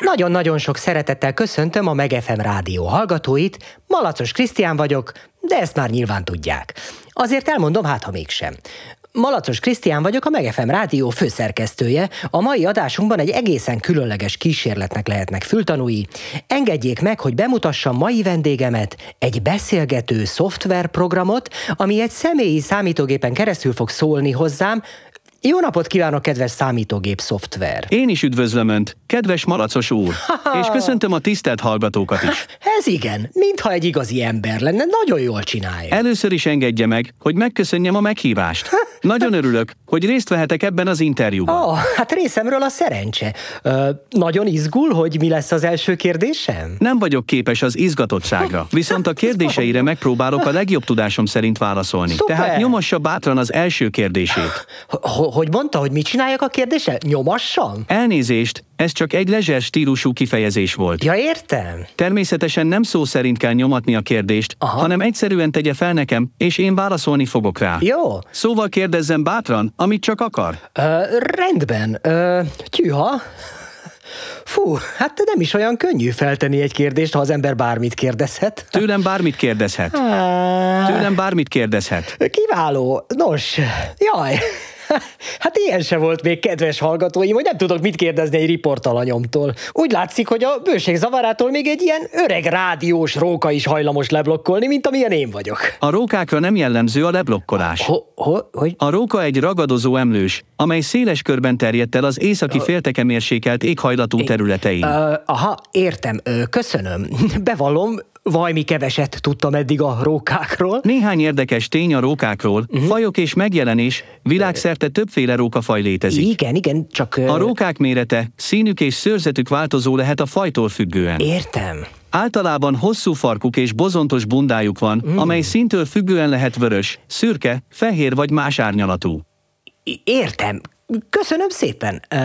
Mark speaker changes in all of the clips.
Speaker 1: Nagyon-nagyon sok szeretettel köszöntöm a Megefem rádió hallgatóit, Malacos Krisztián vagyok, de ezt már nyilván tudják. Azért elmondom, hát ha mégsem. Malacos Krisztián vagyok, a Megefem rádió főszerkesztője. A mai adásunkban egy egészen különleges kísérletnek lehetnek fültanúi. Engedjék meg, hogy bemutassam mai vendégemet, egy beszélgető szoftverprogramot, ami egy személyi számítógépen keresztül fog szólni hozzám, jó napot kívánok, kedves számítógép szoftver!
Speaker 2: Én is üdvözlöm Önt, kedves malacos úr,
Speaker 1: Ha-ha.
Speaker 2: és köszöntöm a tisztelt hallgatókat is.
Speaker 1: Ez igen, mintha egy igazi ember lenne, nagyon jól csinálja.
Speaker 2: Először is engedje meg, hogy megköszönjem a meghívást. Nagyon örülök, hogy részt vehetek ebben az interjúban.
Speaker 1: Ó, hát részemről a szerencse. Ö, nagyon izgul, hogy mi lesz az első kérdésem?
Speaker 2: Nem vagyok képes az izgatottságra, viszont a kérdéseire megpróbálok a legjobb tudásom szerint válaszolni.
Speaker 1: Szuper!
Speaker 2: Tehát nyomassa bátran az első kérdését.
Speaker 1: H- Hogy mondta, hogy mit csináljak a kérdéssel? Nyomassam?
Speaker 2: Elnézést, ez csak egy lezser stílusú kifejezés volt.
Speaker 1: Ja, értem.
Speaker 2: Természetesen nem szó szerint kell nyomatni a kérdést,
Speaker 1: Aha.
Speaker 2: hanem egyszerűen tegye fel nekem, és én válaszolni fogok rá.
Speaker 1: Jó.
Speaker 2: Szóval kérdezzen bátran, amit csak akar.
Speaker 1: Ö, rendben. Ö, tyűha. Fú, hát nem is olyan könnyű feltenni egy kérdést, ha az ember bármit kérdezhet.
Speaker 2: Tőlem bármit kérdezhet.
Speaker 1: Á,
Speaker 2: Tőlem bármit kérdezhet.
Speaker 1: Kiváló. Nos, jaj. Hát ilyen se volt még, kedves hallgatóim, hogy nem tudok mit kérdezni egy riportalanyomtól. Úgy látszik, hogy a bőség zavarától még egy ilyen öreg rádiós róka is hajlamos leblokkolni, mint amilyen én vagyok.
Speaker 2: A rókákra nem jellemző a leblokkolás.
Speaker 1: Ho, ho, hogy?
Speaker 2: A róka egy ragadozó emlős, amely széles körben terjedt el az északi félteke mérsékelt éghajlatú területein.
Speaker 1: Ö, aha, értem, ö, köszönöm. Bevallom, vajmi keveset tudtam eddig a rókákról.
Speaker 2: Néhány érdekes tény a rókákról, fajok és megjelenés, világszerte többféle rókafaj létezik.
Speaker 1: Igen, igen, csak... Ö,
Speaker 2: A rókák mérete, színük és szőrzetük változó lehet a fajtól függően.
Speaker 1: Értem.
Speaker 2: Általában hosszú farkuk és bozontos bundájuk van,
Speaker 1: Mm.
Speaker 2: amely szintől függően lehet vörös, szürke, fehér vagy más árnyalatú.
Speaker 1: I- Értem. Köszönöm szépen. Ö,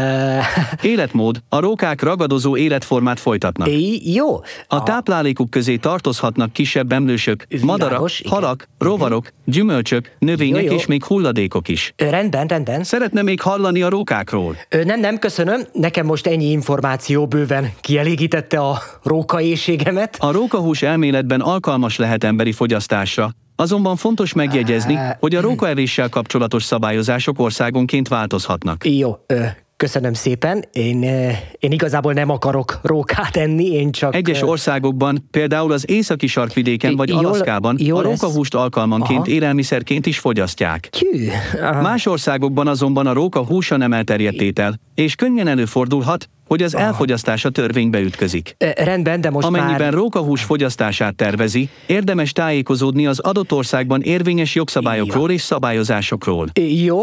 Speaker 2: Életmód, a rókák ragadozó életformát folytatnak.
Speaker 1: í- jó.
Speaker 2: A táplálékuk közé tartozhatnak kisebb emlősök, madarak,
Speaker 1: Világos, igen. Mhm.
Speaker 2: halak, rovarok, gyümölcsök, növények
Speaker 1: Jó, jó.
Speaker 2: és még hulladékok is.
Speaker 1: Ö, rendben, rendben.
Speaker 2: Szeretne még hallani a rókákról?
Speaker 1: Ö, nem, nem, köszönöm. Nekem most ennyi információ bőven kielégítette a róka éjségemet.
Speaker 2: A rókahús elméletben alkalmas lehet emberi fogyasztásra, azonban fontos megjegyezni, hogy a rókaevéssel kapcsolatos szabályozások országonként változhatnak.
Speaker 1: Jó, ö, köszönöm szépen. Én, ö, én igazából nem akarok rókát enni, én csak...
Speaker 2: Egyes
Speaker 1: ö,
Speaker 2: országokban, például az északi sarkvidéken vagy
Speaker 1: Jól-
Speaker 2: Alaszkában
Speaker 1: jól
Speaker 2: a
Speaker 1: lesz.
Speaker 2: rókahúst alkalmanként
Speaker 1: Aha.
Speaker 2: élelmiszerként is fogyasztják.
Speaker 1: Tyű. Aha.
Speaker 2: Más országokban azonban a róka húsa nem elterjedt étel, és könnyen előfordulhat, hogy az elfogyasztása törvénybe ütközik.
Speaker 1: Ö, rendben, de most
Speaker 2: Amennyiben
Speaker 1: már...
Speaker 2: rókahús fogyasztását tervezi, érdemes tájékozódni az adott országban érvényes jogszabályokról és szabályozásokról.
Speaker 1: Ö, Jó,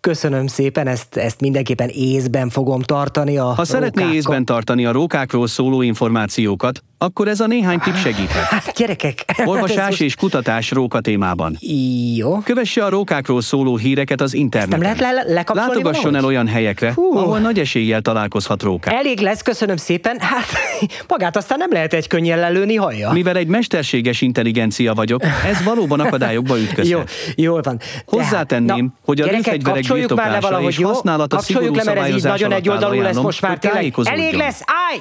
Speaker 1: köszönöm szépen, ezt, ezt mindenképpen észben fogom tartani a
Speaker 2: Ha szeretné
Speaker 1: rókákkal.
Speaker 2: észben tartani a rókákról szóló információkat, akkor ez a néhány tipp segíthet.
Speaker 1: Hát, gyerekek! ez
Speaker 2: Olvasás
Speaker 1: most-
Speaker 2: és kutatás róka témában.
Speaker 1: Jó.
Speaker 2: Kövesse a rókákról szóló híreket az interneten.
Speaker 1: Ezt nem lehet le- lekapcsolni
Speaker 2: Látogasson
Speaker 1: valahogy?
Speaker 2: el olyan helyekre,
Speaker 1: Hú.
Speaker 2: ahol nagy eséllyel találkozhat rókák.
Speaker 1: Elég lesz, köszönöm szépen. Hát, magát aztán nem lehet egy könnyen lelőni, hallja?
Speaker 2: Mivel egy mesterséges intelligencia vagyok, ez valóban akadályokba ütközhet.
Speaker 1: Jó, jól van.
Speaker 2: Hozzátenném, hogy a lőfegyverek
Speaker 1: kapcsoljuk már le
Speaker 2: birtoklása
Speaker 1: valahogy,
Speaker 2: és
Speaker 1: jó?
Speaker 2: használata
Speaker 1: Kapcsoljuk le,
Speaker 2: szigorú
Speaker 1: mert ez így
Speaker 2: szabályozás
Speaker 1: nagyon
Speaker 2: alatt áll,
Speaker 1: egyoldalú lesz
Speaker 2: ajánlom,
Speaker 1: most már
Speaker 2: hogy
Speaker 1: tényleg.
Speaker 2: tájékozódjon.
Speaker 1: Elég lesz, állj!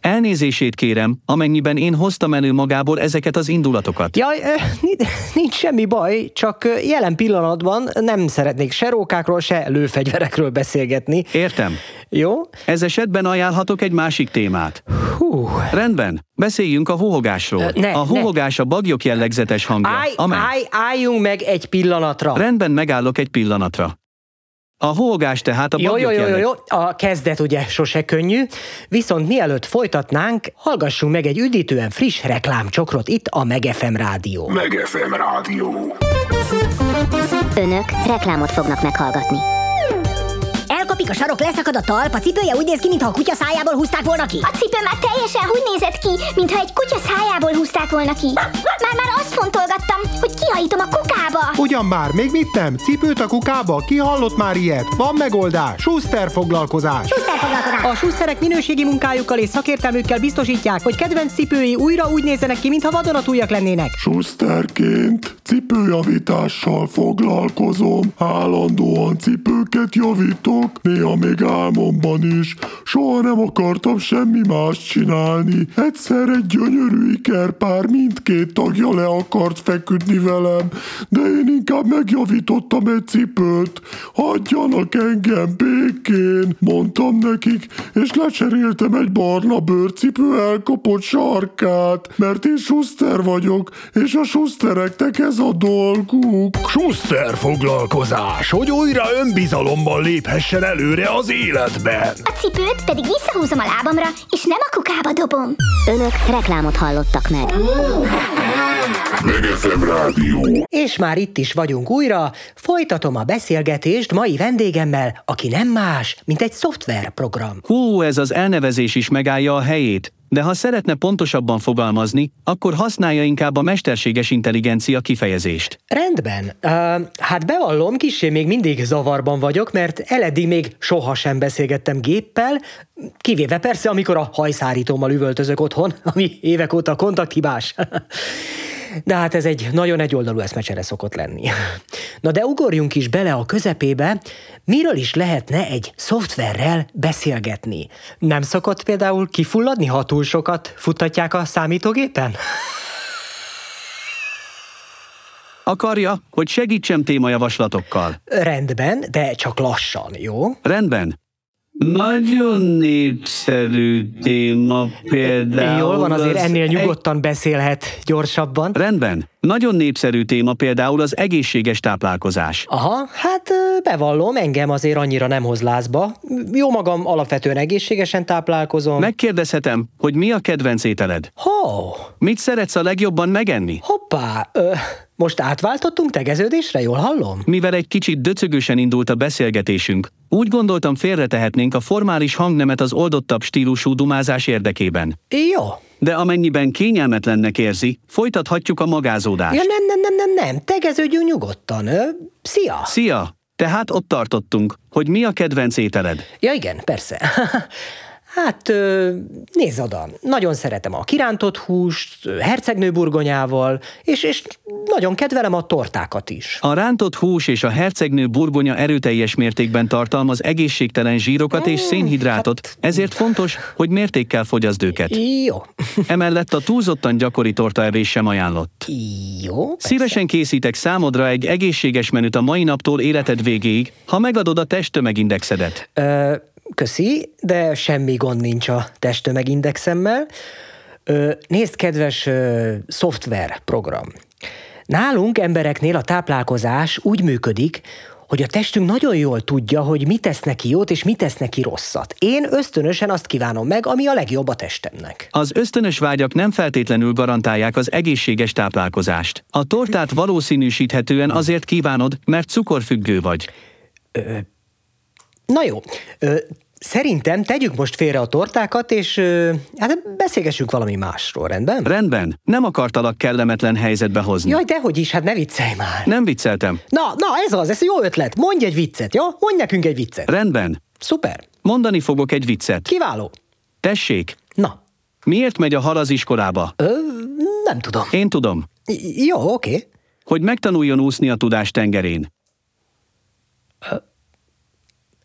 Speaker 2: Elnézését kérem, amennyiben én hoztam elő magából ezeket az indulatokat.
Speaker 1: Jaj, ö, ni- nincs semmi baj, csak ö, jelen pillanatban nem szeretnék se rókákról, se lőfegyverekről beszélgetni.
Speaker 2: Értem.
Speaker 1: Jó?
Speaker 2: Ez esetben ajánlhatok egy másik témát.
Speaker 1: Hú.
Speaker 2: Rendben, beszéljünk a hóhogásról.
Speaker 1: Ö, ne,
Speaker 2: a hóhogás a bagyok jellegzetes hangja,
Speaker 1: Állj,
Speaker 2: amely
Speaker 1: állj, álljunk meg egy pillanatra.
Speaker 2: Rendben, megállok egy pillanatra. A hógás tehát a
Speaker 1: Jó,
Speaker 2: bagyok
Speaker 1: jó, jó, jó,
Speaker 2: jelleg-
Speaker 1: jó, a kezdet ugye sose könnyű, viszont mielőtt folytatnánk, hallgassunk meg egy üdítően friss reklámcsokrot itt a Megefem Rádió.
Speaker 3: Meg FM Rádió.
Speaker 4: Önök reklámot fognak meghallgatni.
Speaker 5: Elkapik a sarok, leszakad a talp, a cipője úgy néz ki, mintha a kutya szájából húzták volna ki.
Speaker 4: A cipő már teljesen úgy nézett ki, mintha egy kutya szájából húzták volna ki. Már-már azt fontolgattam, hogy kihajítom a kukába.
Speaker 6: Ugyan már, még mit nem? Cipőt a kukába? Ki hallott már ilyet? Van megoldás, Schuster foglalkozás.
Speaker 1: A suszterek minőségi munkájukkal és szakértelmükkel biztosítják, hogy kedvenc cipői újra úgy nézzenek ki, mintha vadonatújak lennének.
Speaker 7: Schusterként cipőjavítással foglalkozom, állandóan cipő
Speaker 3: ezeket javítok, néha még álmomban is. Soha nem akartam semmi más csinálni. Egyszer egy gyönyörű ikerpár mindkét tagja le akart feküdni velem, de én inkább megjavítottam egy cipőt. Hagyjanak engem békén, mondtam nekik, és lecseréltem egy barna bőrcipő elkapott sarkát, mert én Schuster vagyok, és a Schustereknek ez a dolguk.
Speaker 7: Schuster foglalkozás, hogy újra önbizalommal léphessen előre az életbe.
Speaker 4: A cipőt pedig visszahúzom a lábamra, és nem a kukába dobom.
Speaker 8: Önök reklámot hallottak meg.
Speaker 3: Megefem Rádió.
Speaker 1: És már itt is vagyunk újra, folytatom a beszélgetést mai vendégemmel, aki nem más, mint egy szoftverprogram.
Speaker 2: Hú, ez az elnevezés is megállja a helyét. De ha szeretne pontosabban fogalmazni, akkor használja inkább a mesterséges intelligencia kifejezést.
Speaker 1: Rendben. Uh, hát bevallom, kissé még mindig zavarban vagyok, mert eleddig még sohasem beszélgettem géppel, kivéve persze, amikor a hajszárítómmal üvöltözök otthon, ami évek óta kontakthibás. De hát ez egy nagyon egyoldalú eszmecsere szokott lenni. Na de ugorjunk is bele a közepébe, miről is lehetne egy szoftverrel beszélgetni. Nem szokott például kifulladni, ha túl sokat futtatják a számítógépen?
Speaker 2: Akarja, hogy segítsem témajavaslatokkal.
Speaker 1: Rendben, de csak lassan, jó?
Speaker 2: Rendben. Nagyon népszerű téma például.
Speaker 1: Jól van, azért ennél nyugodtan beszélhet gyorsabban.
Speaker 2: Rendben. Nagyon népszerű téma például az egészséges táplálkozás.
Speaker 1: Aha, hát ö, bevallom, engem azért annyira nem hoz lázba. Jó magam alapvetően egészségesen táplálkozom.
Speaker 2: Megkérdezhetem, hogy mi a kedvenc ételed?
Speaker 1: Ho,
Speaker 2: Mit szeretsz a legjobban megenni?
Speaker 1: hoppá, ö, most átváltottunk tegeződésre, jól hallom?
Speaker 2: Mivel egy kicsit döcögősen indult a beszélgetésünk, úgy gondoltam félretehetnénk a formális hangnemet az oldottabb stílusú dumázás érdekében.
Speaker 1: Jó.
Speaker 2: De amennyiben kényelmetlennek érzi, folytathatjuk a magázódást.
Speaker 1: Ja, nem, nem, nem, nem, nem, tegeződjünk nyugodtan. Ö, szia!
Speaker 2: Szia! Tehát ott tartottunk, hogy mi a kedvenc ételed.
Speaker 1: Ja igen, persze. Hát, ö, nézd oda, nagyon szeretem a kirántott húst, ö, hercegnő burgonyával, és, és nagyon kedvelem a tortákat is.
Speaker 2: A rántott hús és a hercegnő burgonya erőteljes mértékben tartalmaz egészségtelen zsírokat és szénhidrátot, ezért fontos, hogy mértékkel fogyaszd őket.
Speaker 1: Jó,
Speaker 2: Emellett a túlzottan gyakori tortaevés sem ajánlott.
Speaker 1: jó,
Speaker 2: Szívesen készítek számodra egy egészséges menüt a mai naptól életed végéig, ha megadod a testtömegindexedet.
Speaker 1: Ö, köszi, de semmi gond nincs a testtömegindexemmel. Ö, nézd, kedves ö, szoftverprogram. Nálunk embereknél a táplálkozás úgy működik, hogy a testünk nagyon jól tudja, hogy mi tesz neki jót és mi tesz neki rosszat. Én ösztönösen azt kívánom meg, ami a legjobb a testemnek.
Speaker 2: Az ösztönös vágyak nem feltétlenül garantálják az egészséges táplálkozást. A tortát valószínűsíthetően azért kívánod, mert cukorfüggő vagy.
Speaker 1: Na jó, ö, szerintem tegyük most félre a tortákat, és ö, hát beszélgessünk valami másról, rendben?
Speaker 2: Rendben, nem akartalak kellemetlen helyzetbe hozni.
Speaker 1: Jaj, dehogy is, hát ne viccelj már!
Speaker 2: Nem vicceltem.
Speaker 1: Na, na, ez az, ez jó ötlet. Mondj egy viccet, jó? Mondj nekünk egy viccet.
Speaker 2: Rendben.
Speaker 1: Szuper.
Speaker 2: Mondani fogok egy viccet.
Speaker 1: Kiváló.
Speaker 2: Tessék,
Speaker 1: Na,
Speaker 2: miért megy a hal az iskolába?
Speaker 1: ö, nem tudom.
Speaker 2: Én tudom,
Speaker 1: J- Jó, oké.
Speaker 2: hogy megtanuljon úszni a tudás tengerén.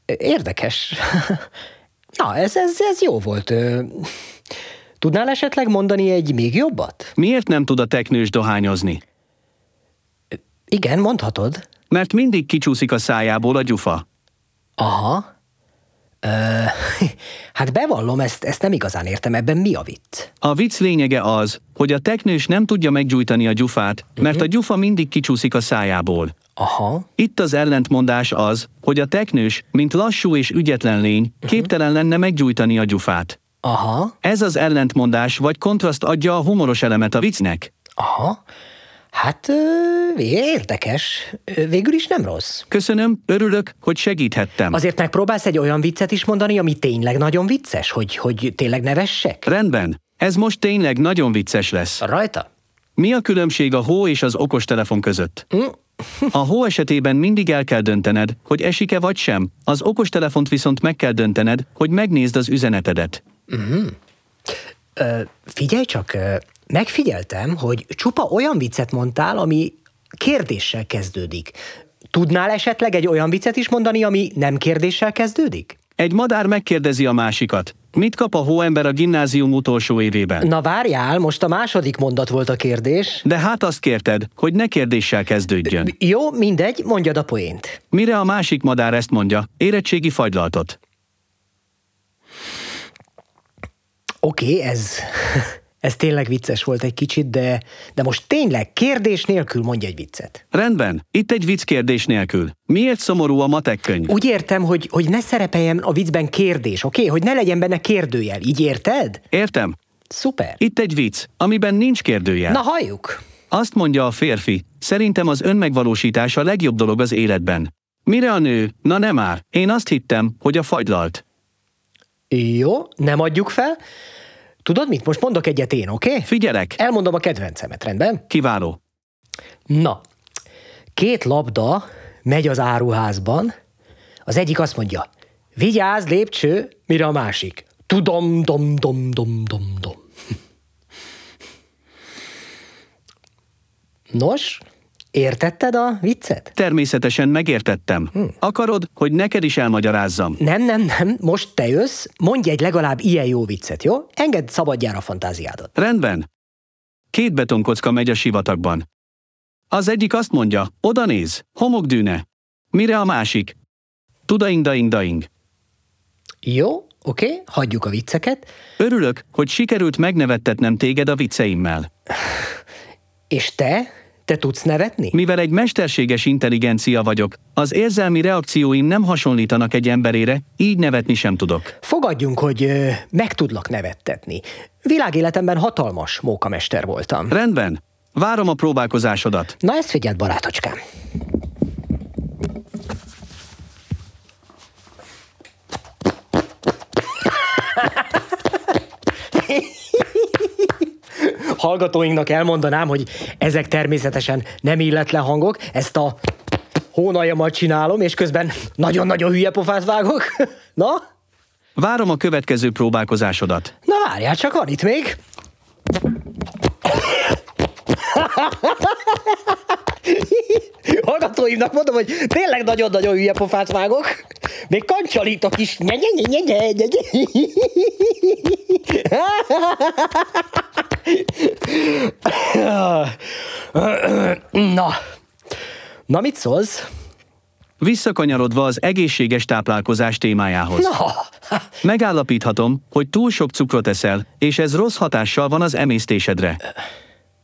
Speaker 1: Érdekes. Na, ez, ez, ez jó volt. Ö, Tudnál esetleg mondani egy még jobbat?
Speaker 2: Miért nem tud a teknős dohányozni?
Speaker 1: Igen, mondhatod.
Speaker 2: Mert mindig kicsúszik a szájából a gyufa.
Speaker 1: Aha. Ö, hát bevallom, ezt, ezt nem igazán értem, ebben mi a vicc?
Speaker 2: A vicc lényege az, hogy a teknős nem tudja meggyújtani a gyufát, mert a gyufa mindig kicsúszik a szájából.
Speaker 1: Aha.
Speaker 2: Itt az ellentmondás az, hogy a teknős, mint lassú és ügyetlen lény, képtelen lenne meggyújtani a gyufát.
Speaker 1: Aha.
Speaker 2: Ez az ellentmondás vagy kontraszt adja a humoros elemet a viccnek.
Speaker 1: Aha. Hát ö, érdekes. Ö, Végül is nem rossz.
Speaker 2: Köszönöm, örülök, hogy segíthettem.
Speaker 1: Azért megpróbálsz egy olyan viccet is mondani, ami tényleg nagyon vicces, hogy, hogy tényleg nevessek?
Speaker 2: Rendben, ez most tényleg nagyon vicces lesz.
Speaker 1: Rajta?
Speaker 2: Mi a különbség a hó és az okostelefon között? A hó esetében mindig el kell döntened, hogy esik-e vagy sem, az okostelefont viszont meg kell döntened, hogy megnézd az üzenetedet.
Speaker 1: Ö, figyelj csak, ö, megfigyeltem, hogy csupa olyan viccet mondtál, ami kérdéssel kezdődik. Tudnál esetleg egy olyan viccet is mondani, ami nem kérdéssel kezdődik?
Speaker 2: Egy madár megkérdezi a másikat. Mit kap a hóember a gimnázium utolsó évében?
Speaker 1: Na várjál, most a második mondat volt a kérdés.
Speaker 2: De hát azt kérted, hogy ne kérdéssel kezdődjön.
Speaker 1: Jó, mindegy, mondjad a poént.
Speaker 2: Mire a másik madár ezt mondja, érettségi fagylaltot.
Speaker 1: Oké, okay, ez, ez tényleg vicces volt egy kicsit, de, de most tényleg kérdés nélkül mondj egy viccet.
Speaker 2: Rendben, itt egy vicc kérdés nélkül. Miért szomorú a matek könyv?
Speaker 1: Úgy értem, hogy, hogy ne szerepeljen a viccben kérdés, oké? Okay? Hogy ne legyen benne kérdőjel, így érted?
Speaker 2: Értem?
Speaker 1: Szuper.
Speaker 2: Itt egy vicc, amiben nincs kérdőjel.
Speaker 1: Na halljuk!
Speaker 2: Azt mondja a férfi, szerintem az önmegvalósítás a legjobb dolog az életben. Mire a nő? Na nem már, én azt hittem, hogy a fagylalt.
Speaker 1: Jó, nem adjuk fel. Tudod mit? Most mondok egyet én, oké? Okay?
Speaker 2: Figyelek,
Speaker 1: Elmondom a kedvencemet, rendben?
Speaker 2: kiváló.
Speaker 1: Na, két labda megy az áruházban, az egyik azt mondja, vigyázz lépcső, mire a másik. Tudom, dom, dom, dom, dom, dom. Nos, értetted a viccet?
Speaker 2: Természetesen megértettem. Akarod, hogy neked is elmagyarázzam?
Speaker 1: Nem, nem, nem, most te jössz, mondj egy legalább ilyen jó viccet, jó? Engedd szabadjára a fantáziádat.
Speaker 2: Rendben. Két betonkocka megy a sivatagban. Az egyik azt mondja, oda néz, homokdűne. Mire a másik? Tudaing daing daing.
Speaker 1: Jó, oké, okay, hagyjuk a vicceket.
Speaker 2: Örülök, hogy sikerült megnevettetnem téged a vicceimmel.
Speaker 1: És te? Te tudsz nevetni?
Speaker 2: Mivel egy mesterséges intelligencia vagyok, az érzelmi reakcióim nem hasonlítanak egy emberére, így nevetni sem tudok.
Speaker 1: Fogadjunk, hogy ö, meg tudlak nevettetni. Világéletemben hatalmas mókamester voltam.
Speaker 2: Rendben, várom a próbálkozásodat.
Speaker 1: Na ezt figyeld, barátocskám. Hallgatóinknak elmondanám, hogy ezek természetesen nem illetlen hangok, ezt a hónajammal csinálom, és közben nagyon-nagyon hülye pofát vágok. Na?
Speaker 2: Várom a következő próbálkozásodat.
Speaker 1: Na várjál, csak van itt még. Hallgatóimnak mondom, hogy tényleg nagyon-nagyon hülye pofát vágok. Még kancsalítok is. Na. Na, mit szólsz?
Speaker 2: Visszakanyarodva az egészséges táplálkozás témájához.
Speaker 1: Na,
Speaker 2: Megállapíthatom, hogy túl sok cukrot eszel, és ez rossz hatással van az emésztésedre.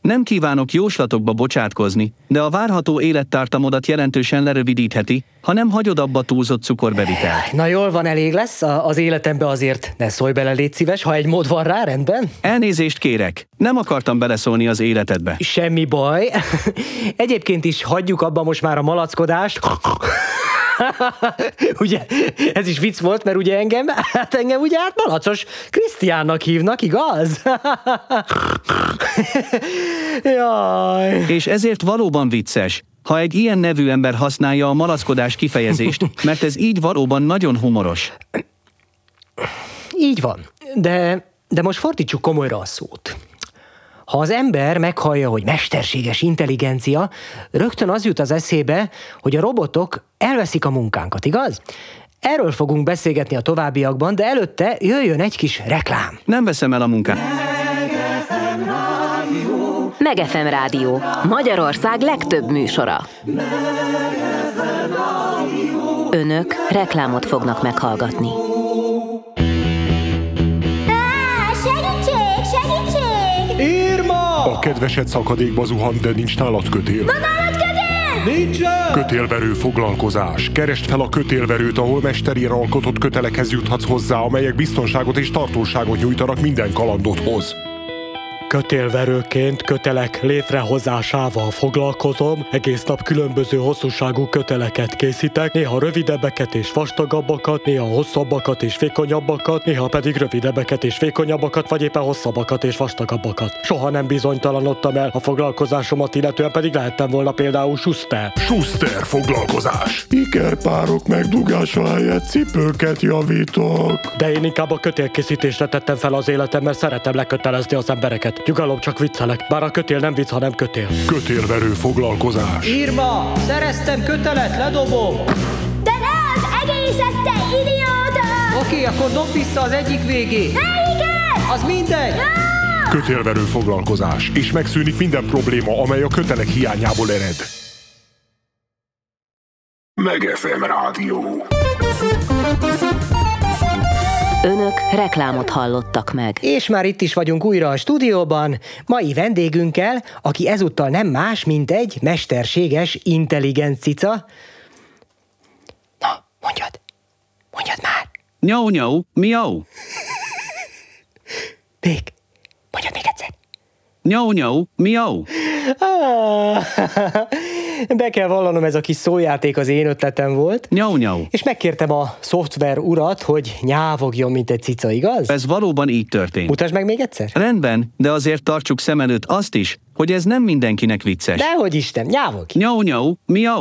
Speaker 2: Nem kívánok jóslatokba bocsátkozni, de a várható élettartamodat jelentősen lerövidítheti, ha nem hagyod abba túlzott cukorbevitelt.
Speaker 1: na jól van, elég lesz. A- Az életembe azért ne szólj bele, légy szíves, ha egy mód van rá, rendben?
Speaker 2: Elnézést kérek, nem akartam beleszólni az életedbe.
Speaker 1: Semmi baj. Egyébként is hagyjuk abba most már a malackodást. ugye, ez is vicc volt, mert ugye engem, hát engem ugye hát malacos Krisztiánnak hívnak, igaz? Jaj.
Speaker 2: És ezért valóban vicces, ha egy ilyen nevű ember használja a malackodás kifejezést, mert ez így valóban nagyon humoros.
Speaker 1: Így van. De, de most fordítsuk komolyra a szót. Ha az ember meghallja, hogy mesterséges intelligencia, rögtön az jut az eszébe, hogy a robotok elveszik a munkánkat, igaz? Erről fogunk beszélgetni a továbbiakban, de előtte jöjjön egy kis reklám.
Speaker 2: Nem veszem el a munkát.
Speaker 9: Megefem Rádió. Magyarország legtöbb műsora. Önök reklámot fognak meghallgatni.
Speaker 4: Á, segítség, segítség!
Speaker 1: Írma!
Speaker 3: A kedvesed szakadékba zuhant, de nincs nálad kötél.
Speaker 4: Nálad kötél!
Speaker 3: Kötélverő foglalkozás. Keresd fel a kötélverőt, ahol mesterére alkotott kötelekhez juthatsz hozzá, amelyek biztonságot és tartóságot nyújtanak minden kalandodhoz.
Speaker 10: Kötélverőként kötelek létrehozásával foglalkozom, egész nap különböző hosszúságú köteleket készítek, néha rövidebbeket és vastagabbakat, néha hosszabbakat és vékonyabbakat, néha pedig rövidebbeket és vékonyabbakat, vagy éppen hosszabbakat és vastagabbakat. Soha nem bizonytalanodtam el a foglalkozásomat, illetően pedig lehettem volna például Schuster.
Speaker 7: Schuster foglalkozás.
Speaker 3: Ikerpárok megdugása helyett cipőket javítok.
Speaker 10: De én inkább a kötélkészítésre tettem fel az életem, mert szeretem lekötelezni az embereket. Nyugalom, csak viccelek. Bár a kötél nem vicc, hanem kötél.
Speaker 7: Kötélverő foglalkozás.
Speaker 1: Írma, szereztem kötelet, ledobom.
Speaker 4: De ne az egészet, te idióta!
Speaker 1: Oké, akkor dob vissza az egyik végét.
Speaker 4: Ne, igen!
Speaker 1: Az mindegy.
Speaker 7: Kötélverő foglalkozás. És megszűnik minden probléma, amely a kötelek hiányából ered. Megefem rádió.
Speaker 9: Önök reklámot hallottak meg.
Speaker 1: És már itt is vagyunk újra a stúdióban, mai vendégünkkel, aki ezúttal nem más, mint egy mesterséges intelligencica. Na, mondjad, mondjad már.
Speaker 2: Nyau, nyau, miau.
Speaker 1: Még, mondjad még egyszer.
Speaker 2: Nyau, nyau, miau.
Speaker 1: Ah, Be kell vallanom, ez a kis szójáték az én ötletem volt.
Speaker 2: Nyau, nyau.
Speaker 1: És megkértem a szoftver urat, hogy nyávogjon, mint egy cica, igaz?
Speaker 2: Ez valóban így történt.
Speaker 1: Mutasd meg még egyszer.
Speaker 2: Rendben, de azért tartsuk szem előtt azt is, hogy ez nem mindenkinek vicces.
Speaker 1: Dehogy Isten, nyávog!
Speaker 2: Nyau, nyau, miau.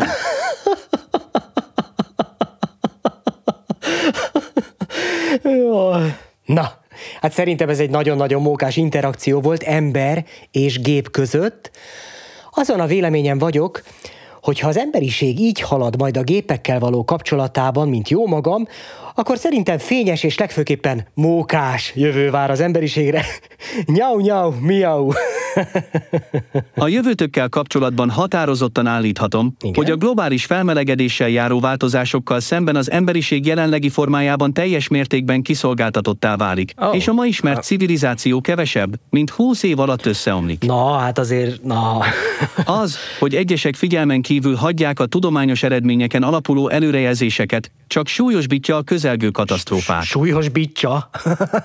Speaker 1: Jaj. Na, hát szerintem ez egy nagyon-nagyon mókás interakció volt ember és gép között. Azon a véleményem vagyok, hogy ha az emberiség így halad majd a gépekkel való kapcsolatában, mint jó magam, akkor szerintem fényes és legfőképpen mókás jövő vár az emberiségre. nyau, nyau, miau.
Speaker 2: A jövőtökkel kapcsolatban határozottan állíthatom,
Speaker 1: Igen.
Speaker 2: hogy a globális felmelegedéssel járó változásokkal szemben az emberiség jelenlegi formájában teljes mértékben kiszolgáltatottá válik,
Speaker 1: Ó.
Speaker 2: és a ma ismert civilizáció kevesebb, mint 20 év alatt összeomlik.
Speaker 1: Na, hát azért, na.
Speaker 2: Az, hogy egyesek figyelmen kívül hagyják a tudományos eredményeken alapuló előrejelzéseket, csak súlyosbítja a közelgő katasztrófát.
Speaker 1: Súlyos bitcsa.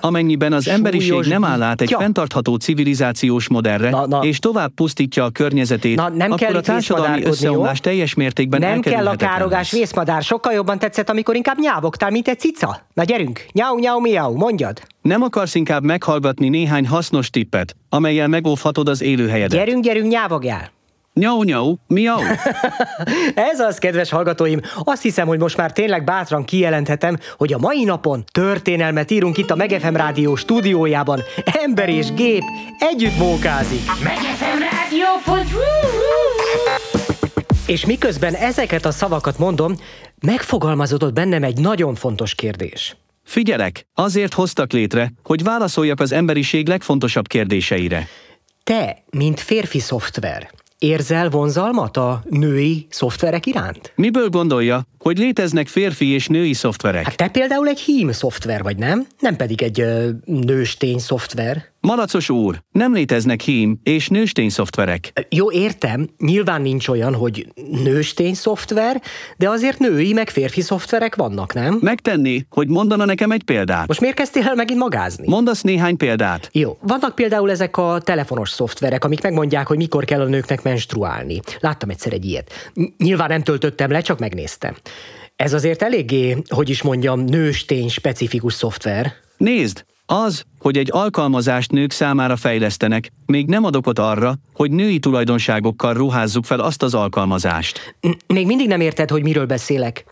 Speaker 2: Amennyiben az emberiség nem áll át egy
Speaker 1: bitya.
Speaker 2: fenntartható civilizációs modellre,
Speaker 1: Na, na.
Speaker 2: és tovább pusztítja a környezetét,
Speaker 1: Na, nem
Speaker 2: akkor
Speaker 1: kell
Speaker 2: a
Speaker 1: itt
Speaker 2: társadalmi
Speaker 1: vészmadárkodni,
Speaker 2: összeomlás
Speaker 1: jó?
Speaker 2: teljes mértékben
Speaker 1: Nem kell a
Speaker 2: elkerülhetetlen
Speaker 1: károgás
Speaker 2: lesz.
Speaker 1: vészmadár, sokkal jobban tetszett, amikor inkább nyávogtál, mint egy cica. Na gyerünk, nyau, nyau, miau, mondjad.
Speaker 2: Nem akarsz inkább meghallgatni néhány hasznos tippet, amelyel megóvhatod az élőhelyedet?
Speaker 1: Gyerünk, gyerünk, nyávogjál.
Speaker 2: Nyau, nyau, miau!
Speaker 1: Ez az, kedves hallgatóim. Azt hiszem, hogy most már tényleg bátran kijelenthetem, hogy a mai napon történelmet írunk itt a Megefem Rádió stúdiójában. Ember és gép együtt mókázik. És miközben ezeket a szavakat mondom, megfogalmazódott bennem egy nagyon fontos kérdés.
Speaker 2: Figyelek, azért hoztak létre, hogy válaszoljak az emberiség legfontosabb kérdéseire.
Speaker 1: Te, mint férfi szoftver, érzel vonzalmat a női szoftverek iránt?
Speaker 2: Miből gondolja, hogy léteznek férfi és női szoftverek?
Speaker 1: Hát te például egy hím szoftver vagy, nem? Nem pedig egy ö, nőstény szoftver.
Speaker 2: Malacos úr, nem léteznek hím és nőstény szoftverek.
Speaker 1: Jó, értem, nyilván nincs olyan, hogy nőstény szoftver, de azért női meg férfi szoftverek vannak, nem?
Speaker 2: Megtenni, hogy mondana nekem egy példát.
Speaker 1: Most miért kezdtél el megint magázni?
Speaker 2: Mondasz néhány példát.
Speaker 1: Jó, vannak például ezek a telefonos szoftverek, amik megmondják, hogy mikor kell a nőknek menstruálni. Láttam egyszer egy ilyet. Ny- Nyilván nem töltöttem le, csak megnéztem. Ez azért eléggé, hogy is mondjam, nőstény specifikus szoftver.
Speaker 2: Nézd, az, hogy egy alkalmazást nők számára fejlesztenek, még nem ad okot arra, hogy női tulajdonságokkal ruházzuk fel azt az alkalmazást.
Speaker 1: N- Még mindig nem érted, hogy miről beszélek.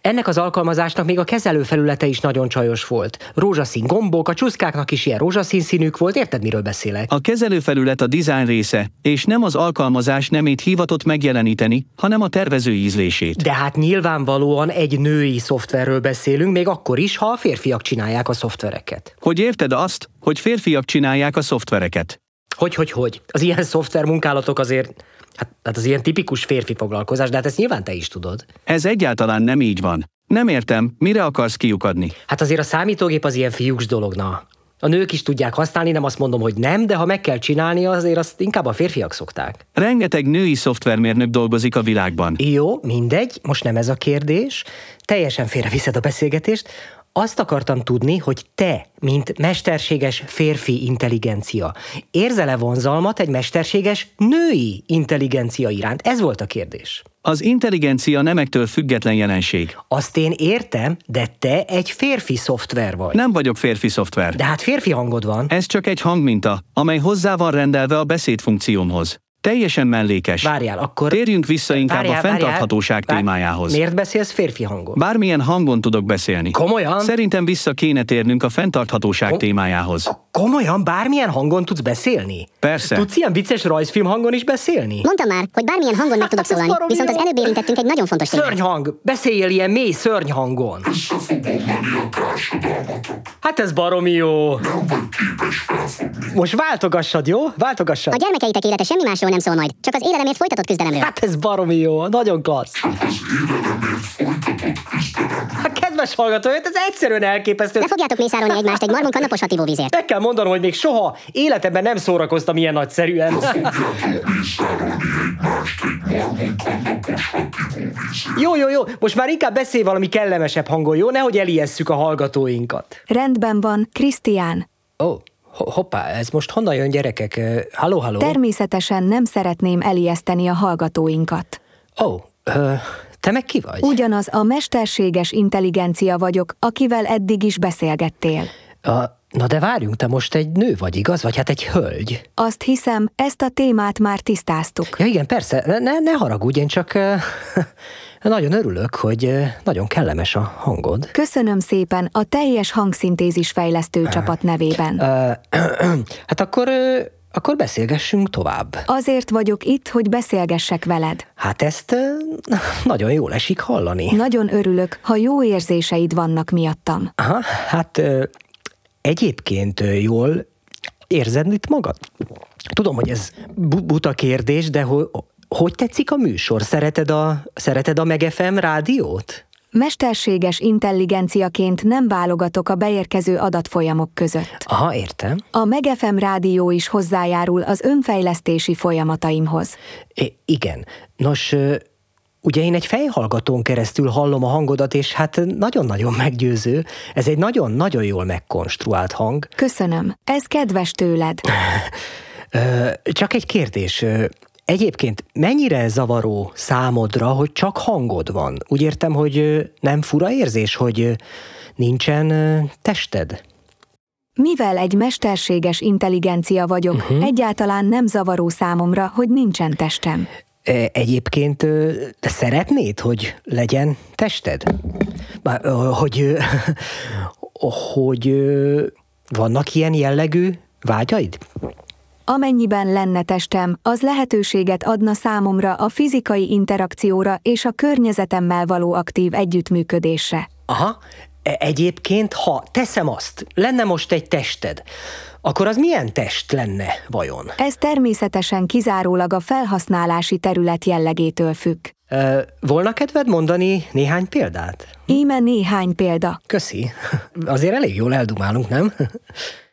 Speaker 1: Ennek az alkalmazásnak még a kezelőfelülete is nagyon csajos volt. Rózsaszín gombok, a csúszkáknak is ilyen rózsaszín színük volt, érted, miről beszélek?
Speaker 2: A kezelőfelület a dizájn része, és nem az alkalmazás nemét hivatott megjeleníteni, hanem a tervező ízlését.
Speaker 1: De hát nyilvánvalóan egy női szoftverről beszélünk, még akkor is, ha a férfiak csinálják a szoftvereket.
Speaker 2: Hogy érted azt, hogy férfiak csinálják a szoftvereket?
Speaker 1: Hogy, hogy, hogy? Az ilyen szoftver munkálatok azért, hát, hát az ilyen tipikus férfi foglalkozás, de hát ezt nyilván te is tudod.
Speaker 2: Ez egyáltalán nem így van. Nem értem, mire akarsz kiukadni.
Speaker 1: Hát azért a számítógép az ilyen fiúks dolog, na. A nők is tudják használni, nem azt mondom, hogy nem, de ha meg kell csinálni, azért azt inkább a férfiak szokták.
Speaker 2: Rengeteg női szoftvermérnök dolgozik a világban.
Speaker 1: Jó, mindegy, most nem ez a kérdés. Teljesen félreviszed a beszélgetést. Azt akartam tudni, hogy te, mint mesterséges férfi intelligencia, érzele vonzalmat egy mesterséges női intelligencia iránt? Ez volt a kérdés.
Speaker 2: Az intelligencia nemektől független jelenség.
Speaker 1: Azt én értem, de te egy férfi szoftver vagy.
Speaker 2: Nem vagyok férfi szoftver.
Speaker 1: De hát férfi hangod van.
Speaker 2: Ez csak egy hangminta, amely hozzá van rendelve a beszédfunkciómhoz. Teljesen mellékes.
Speaker 1: Várjál, akkor...
Speaker 2: Térjünk vissza inkább a fenntarthatóság
Speaker 1: várjál.
Speaker 2: témájához.
Speaker 1: Miért beszélsz férfi hangon?
Speaker 2: Bármilyen hangon tudok beszélni.
Speaker 1: Komolyan?
Speaker 2: Szerintem vissza kéne térnünk a fenntarthatóság témájához.
Speaker 1: Komolyan bármilyen hangon tudsz beszélni?
Speaker 2: Persze.
Speaker 1: Tudsz ilyen vicces rajzfilm hangon is beszélni?
Speaker 8: Mondtam már, hogy bármilyen hangon meg tudok
Speaker 1: Hát ez
Speaker 8: szólalni,
Speaker 1: baromi
Speaker 8: viszont az
Speaker 1: jó.
Speaker 8: előbb érintettünk egy nagyon fontos
Speaker 5: hát,
Speaker 8: témát.
Speaker 1: Szörnyhang! Beszéljél ilyen mély szörnyhangon! Hát ez baromi jó! Most váltogassad, jó? Váltogassad!
Speaker 8: A gyermekeitek élete semmi másról nem szól majd, csak az élelemért folytatott küzdelemről.
Speaker 1: Hát ez baromi jó, nagyon klassz. Hát kedves hallgató, hát ez egyszerűen elképesztő.
Speaker 8: Ne fogjátok mészárolni egymást egy marmonka napos hatívó vízért.
Speaker 1: Meg kell mondanom, hogy még soha életemben nem szórakoztam ilyen nagyszerűen. jó, jó, jó, most már inkább beszélj valami kellemesebb hangon, jó? Nehogy elijesszük a hallgatóinkat.
Speaker 11: Rendben van, Krisztián.
Speaker 1: Ó, oh, hoppá, ez most honnan jön gyerekek? Halló, halló?
Speaker 11: Természetesen nem szeretném elijeszteni a hallgatóinkat.
Speaker 1: Ó, oh, te meg ki vagy?
Speaker 11: Ugyanaz a mesterséges intelligencia vagyok, akivel eddig is beszélgettél.
Speaker 1: A, na de várjunk, te most egy nő vagy, igaz? Vagy hát egy hölgy?
Speaker 11: Azt hiszem, ezt a témát már tisztáztuk.
Speaker 1: Ja igen, persze, ne- ne, ne haragudj, én csak eh, nagyon örülök, hogy eh, nagyon kellemes a hangod.
Speaker 11: Köszönöm szépen a teljes hangszintézis fejlesztő csapat nevében.
Speaker 1: Eh, hát akkor, eh, akkor beszélgessünk tovább.
Speaker 11: Azért vagyok itt, hogy beszélgessek veled.
Speaker 1: Hát ezt eh, nagyon jól esik hallani.
Speaker 11: Nagyon örülök, ha jó érzéseid vannak miattam.
Speaker 1: Aha, hát eh, egyébként eh, jól érzed itt magad? Tudom, hogy ez bu- buta kérdés, de ho- hogy tetszik a műsor? Szereted a, szereted a Megefem rádiót?
Speaker 11: Mesterséges intelligenciaként nem válogatok a beérkező adatfolyamok között.
Speaker 1: Aha, értem.
Speaker 11: A Megefem rádió is hozzájárul az önfejlesztési folyamataimhoz.
Speaker 1: I- igen. Nos, ö, ugye én egy fejhallgatón keresztül hallom a hangodat, és hát nagyon-nagyon meggyőző. Ez egy nagyon-nagyon jól megkonstruált hang.
Speaker 11: Köszönöm, ez kedves tőled.
Speaker 1: Ö, Csak egy kérdés. ö, Egyébként mennyire zavaró számodra, hogy csak hangod van? Úgy értem, hogy ö, nem fura érzés, hogy ö, nincsen ö, tested?
Speaker 11: Mivel egy mesterséges intelligencia vagyok, uh-huh. egyáltalán nem zavaró számomra, hogy nincsen testem.
Speaker 1: Ö, Egyébként ö, te szeretnéd, hogy legyen tested? Bár, ö, Hogy, ö, hogy ö, vannak ilyen jellegű vágyaid?
Speaker 11: Amennyiben lenne testem, az lehetőséget adna számomra a fizikai interakcióra és a környezetemmel való aktív együttműködésre.
Speaker 1: Aha. E- Egyébként, ha teszem azt, lenne most egy tested, akkor az milyen test lenne vajon?
Speaker 11: Ez természetesen kizárólag a felhasználási terület jellegétől függ.
Speaker 1: Ö, Volna kedved mondani néhány példát?
Speaker 11: Íme néhány példa.
Speaker 1: Köszi. Azért elég jól eldumálunk, nem?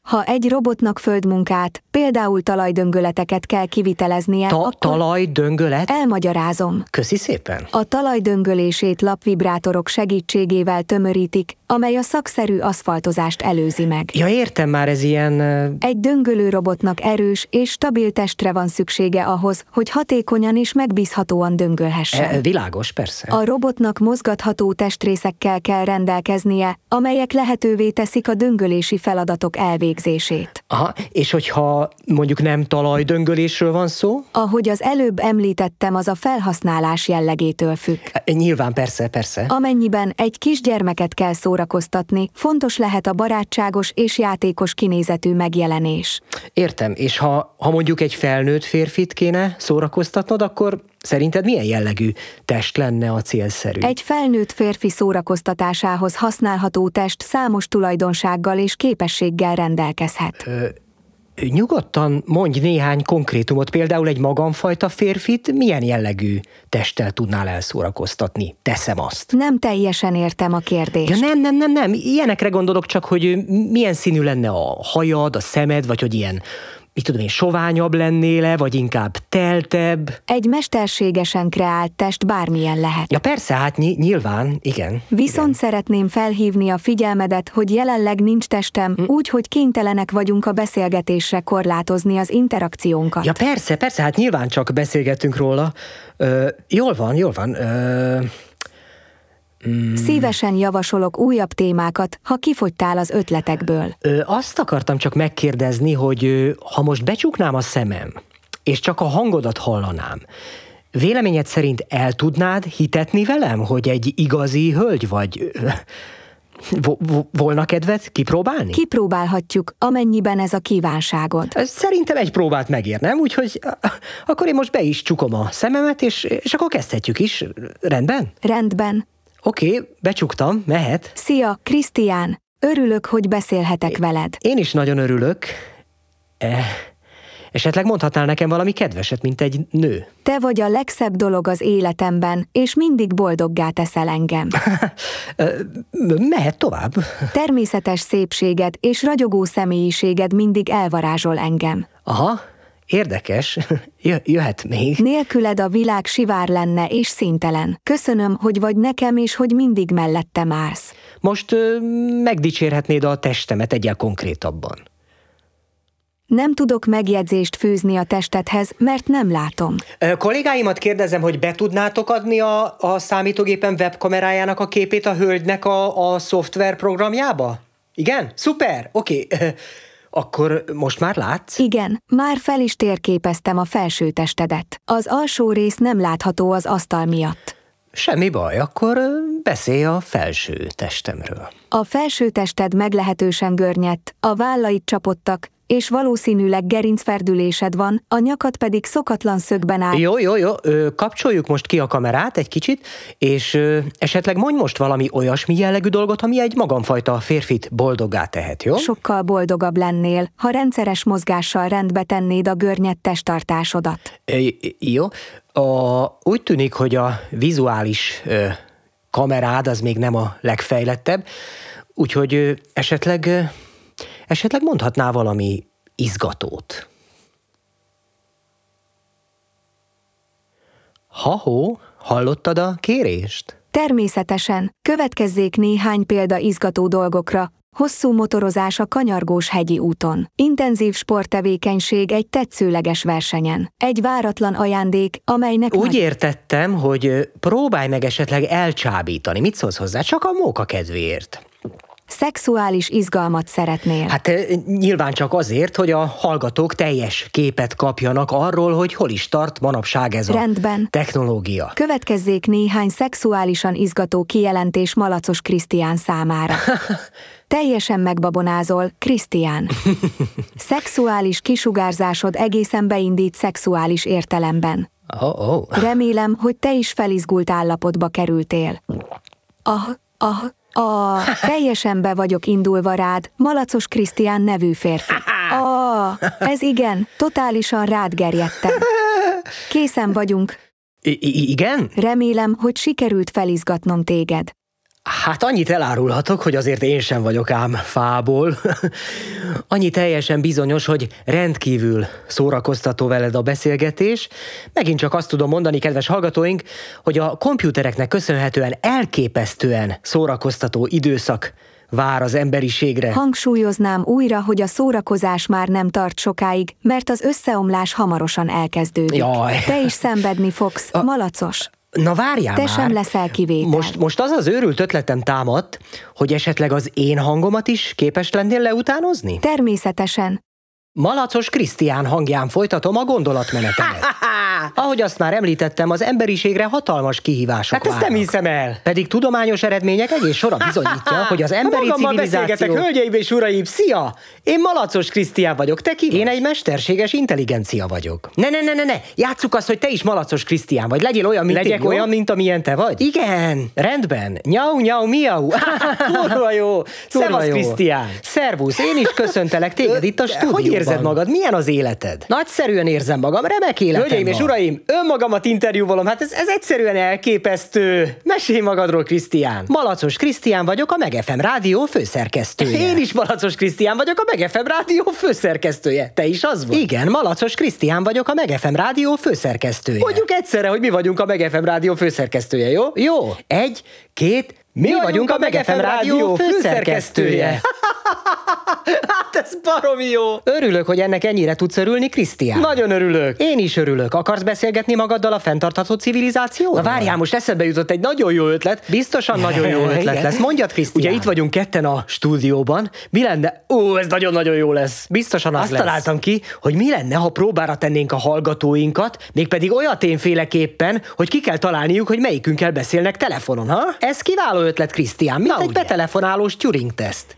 Speaker 11: Ha egy robotnak földmunkát, például talajdöngöleteket kell kiviteleznie,
Speaker 1: Ta-
Speaker 11: akkor
Speaker 1: talaj, döngölet?
Speaker 11: elmagyarázom.
Speaker 1: Köszi szépen.
Speaker 11: A talajdöngölését lapvibrátorok segítségével tömörítik, amely a szakszerű aszfaltozást előzi meg.
Speaker 1: Ja, értem már, ez ilyen... ö,
Speaker 11: Egy döngölő robotnak erős és stabil testre van szüksége ahhoz, hogy hatékonyan és megbízhatóan
Speaker 1: e-
Speaker 11: döngölhessen.
Speaker 1: Világos, persze.
Speaker 11: A robotnak mozgatható testrészekkel kell rendelkeznie, amelyek lehetővé teszik a döngölési feladatok elvégzését.
Speaker 1: Aha, és hogyha mondjuk nem talajdöngölésről van szó?
Speaker 11: Ahogy az előbb említettem, az a felhasználás jellegétől függ.
Speaker 1: E, Nyilván, persze, persze.
Speaker 11: Amennyiben egy kisgyermeket kell szórakoztatni, fontos lehet a barátságos és játékos kinézetű megjelenés.
Speaker 1: Értem, és ha, ha mondjuk egy felnőtt férfit kéne szórakoztatnod, akkor szerinted milyen jellegű test lenne a célszerű?
Speaker 11: Egy felnőtt férfi szórakoztatásához használható test számos tulajdonsággal és képességgel rendelkezhet.
Speaker 1: Nyugodtan mondj néhány konkrétumot, például egy magamfajta férfit milyen jellegű testtel tudnál elszórakoztatni? Teszem azt.
Speaker 11: Nem teljesen értem a
Speaker 1: Ja
Speaker 11: kérdést.
Speaker 1: nem, nem, nem, nem, ilyenekre gondolok csak, hogy ö, milyen színű lenne a hajad, a szemed, vagy hogy ilyen, mit tudom én, soványabb lennél-e, vagy inkább teltebb?
Speaker 11: Egy mesterségesen kreált test bármilyen lehet.
Speaker 1: Ja persze, hát ny- nyilván, igen.
Speaker 11: Viszont szeretném felhívni a figyelmedet, hogy jelenleg nincs testem,
Speaker 1: Hm.
Speaker 11: úgyhogy kénytelenek vagyunk a beszélgetésre korlátozni az interakciónkat.
Speaker 1: Ja persze, persze, hát nyilván csak beszélgetünk róla. Ö, jól van, jól van. Ö,
Speaker 11: Szívesen javasolok újabb témákat, ha kifogytál az ötletekből.
Speaker 1: Ö, azt akartam csak megkérdezni, hogy ö, ha most becsuknám a szemem, és csak a hangodat hallanám, véleményed szerint el tudnád hitetni velem, hogy egy igazi hölgy vagy? Ö, Vo- vo- volna kedved kipróbálni?
Speaker 11: Kipróbálhatjuk, amennyiben ez a kívánságod.
Speaker 1: Szerintem egy próbát megér, nem? Úgyhogy ah, akkor én most be is csukom a szememet, és, és akkor kezdhetjük is. Rendben?
Speaker 11: Rendben.
Speaker 1: Oké, okay, becsuktam, mehet.
Speaker 11: Szia, Krisztián! Örülök, hogy beszélhetek veled.
Speaker 1: Én is nagyon örülök. Eh, esetleg mondhatnál nekem valami kedveset, mint egy nő.
Speaker 11: Te vagy a legszebb dolog az életemben, és mindig boldoggá teszel engem.
Speaker 1: Ö, Mehet tovább.
Speaker 11: Természetes szépséged és ragyogó személyiséged mindig elvarázsol engem.
Speaker 1: Aha, érdekes. Jö- jöhet még.
Speaker 11: Nélküled a világ sivár lenne és színtelen. Köszönöm, hogy vagy nekem, és hogy mindig mellettem állsz.
Speaker 1: Most ö, megdicsérhetnéd a testemet egyel konkrétabban.
Speaker 11: Nem tudok megjegyzést fűzni a testedhez, mert nem látom.
Speaker 1: Ö, kollégáimat kérdezem, hogy be tudnátok adni a, a számítógépen webkamerájának a képét a hölgynek a, a szoftver programjába? Igen? Szuper! Oké. Ö, Akkor most már látsz?
Speaker 11: Igen, már fel is térképeztem a felső testedet. Az alsó rész nem látható az asztal miatt.
Speaker 1: Semmi baj, akkor ö, beszélj a felső testemről.
Speaker 11: A felső tested meglehetősen görnyedt, a vállait csapottak, és valószínűleg gerincferdülésed van, a nyakad pedig szokatlan szögben áll.
Speaker 1: Jó, jó, jó, ö, kapcsoljuk most ki a kamerát egy kicsit, és ö, esetleg mondj most valami olyasmi jellegű dolgot, ami egy magamfajta férfit boldoggá tehet, jó?
Speaker 11: Sokkal boldogabb lennél, ha rendszeres mozgással rendbe tennéd a görnyed testtartásodat.
Speaker 1: Ö, jó. A, úgy tűnik, hogy a vizuális ö, kamerád az még nem a legfejlettebb, úgyhogy ö, esetleg, ö, esetleg mondhatnál valami izgatót. Ha-hó, hallottad a kérést?
Speaker 11: Természetesen, következzék néhány példa izgató dolgokra, hosszú motorozás a kanyargós hegyi úton, intenzív sporttevékenység egy tetszőleges versenyen, egy váratlan ajándék, amelynek
Speaker 1: Úgy értettem, hogy ö, próbálj meg esetleg elcsábítani. Mit szólsz hozzá? Csak a móka kedvéért.
Speaker 11: szexuális izgalmat szeretnél.
Speaker 1: Hát ö, nyilván csak azért, hogy a hallgatók teljes képet kapjanak arról, hogy hol is tart manapság ez a
Speaker 11: Rendben.
Speaker 1: technológia.
Speaker 11: Következzék néhány szexuálisan izgató kijelentés malacos Krisztián számára. Teljesen megbabonázol, Krisztián. Szexuális kisugárzásod egészen beindít szexuális értelemben.
Speaker 1: Oh, oh.
Speaker 11: Remélem, hogy te is felizgult állapotba kerültél. A, a, a, teljesen be vagyok indulva rád, Malacos Krisztián nevű férfi. A, ez igen, totálisan rád gerjedtem. Készen vagyunk,
Speaker 1: I- i- igen?
Speaker 11: remélem, hogy sikerült felizgatnom téged.
Speaker 1: Hát annyit elárulhatok, hogy azért én sem vagyok ám fából. Annyi teljesen bizonyos, hogy rendkívül szórakoztató veled a beszélgetés. Megint csak azt tudom mondani, kedves hallgatóink, hogy a komputereknek köszönhetően elképesztően szórakoztató időszak vár az emberiségre.
Speaker 11: Hangsúlyoznám újra, hogy a szórakozás már nem tart sokáig, mert az összeomlás hamarosan elkezdődik.
Speaker 1: Jaj.
Speaker 11: Te is szenvedni fogsz, malacos.
Speaker 1: Na várjál
Speaker 11: Te
Speaker 1: már.
Speaker 11: sem leszel kivétel.
Speaker 1: Most, most az az őrült ötletem támadt, hogy esetleg az én hangomat is képes lennél leutánozni?
Speaker 11: Természetesen.
Speaker 1: Malacos Krisztián hangján folytatom a gondolatmenetemet. Ahogy azt már említettem, az emberiségre hatalmas kihívások
Speaker 12: Hát ezt nem hiszem
Speaker 1: el. Pedig tudományos eredmények egész sora bizonyítja, hogy az emberi
Speaker 12: Magammal
Speaker 1: civilizáció...
Speaker 12: beszélgetek, hölgyeim és uraim, szia! Én Malacos Krisztián vagyok, te ki?
Speaker 1: Én egy mesterséges intelligencia vagyok. Ne, ne, ne, ne, ne! Játsszuk azt, hogy te is Malacos Krisztián vagy. Legyél olyan, mint
Speaker 12: Legyek
Speaker 1: én, jó?
Speaker 12: olyan, mint amilyen te vagy?
Speaker 1: Igen, rendben. Nyau, nyau, miau.
Speaker 12: Kurva jó!
Speaker 1: Kurva
Speaker 12: Szevasz,
Speaker 1: jó.
Speaker 12: Krisztián!
Speaker 1: Szervusz, én is köszöntelek téged itt a stúdióban.
Speaker 12: Hogy érzed magad? Milyen az életed?
Speaker 1: Nagyszerűen érzem magam, remek életem
Speaker 12: Hölgyeim és
Speaker 1: van.
Speaker 12: uraim, önmagamat interjúvalom, hát ez, ez egyszerűen elképesztő. Mesélj magadról, Krisztián.
Speaker 1: Malacos Krisztián vagyok, a Megefem Rádió főszerkesztője.
Speaker 12: Én is Malacos Krisztián vagyok, a Megefem Rádió főszerkesztője. Te is az vagy?
Speaker 1: Igen, Malacos Krisztián vagyok, a Megefem Rádió főszerkesztője.
Speaker 12: Mondjuk egyszerre, hogy mi vagyunk a Megefem Rádió főszerkesztője, jó?
Speaker 1: Jó, egy, két, mi, vagyunk a Megefem Rádió főszerkesztője. Hát ez baromi jó! Örülök, hogy ennek ennyire tudsz örülni, Krisztián. Nagyon örülök. Én is örülök. Akarsz beszélgetni magaddal a fenntartható civilizációról? Na várjál, most eszembe jutott egy nagyon jó ötlet. Biztosan nagyon jó ötlet
Speaker 13: Igen.
Speaker 1: lesz. Mondjad, Krisztián. Ugye itt vagyunk ketten a stúdióban. Mi lenne? Ó, ez nagyon-nagyon jó lesz. Biztosan az Azt
Speaker 13: lesz.
Speaker 1: találtam ki, hogy mi lenne, ha próbára tennénk a hallgatóinkat, mégpedig olyat én féleképpen, hogy ki kell találniuk, hogy melyikünkkel beszélnek telefonon, ha? Ez kiváló ötlet, Krisztián, mint egy betelefonálós Turing-teszt.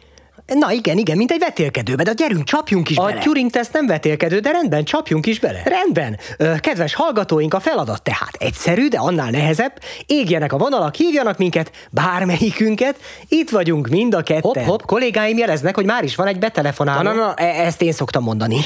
Speaker 13: Na igen, igen, mint egy vetélkedőbe, de gyerünk, csapjunk is
Speaker 1: A
Speaker 13: bele.
Speaker 1: Turing teszt nem vetélkedő, de rendben, csapjunk is bele. Rendben. Ö, Kedves hallgatóink, a feladat tehát egyszerű, de annál nehezebb. Égjenek a vonalak, hívjanak minket, bármelyikünket. Itt vagyunk mind a ketten. Hopp, hopp, kollégáim jeleznek, hogy már is van egy betelefonáló. Na, na, na, e- ezt én szoktam mondani.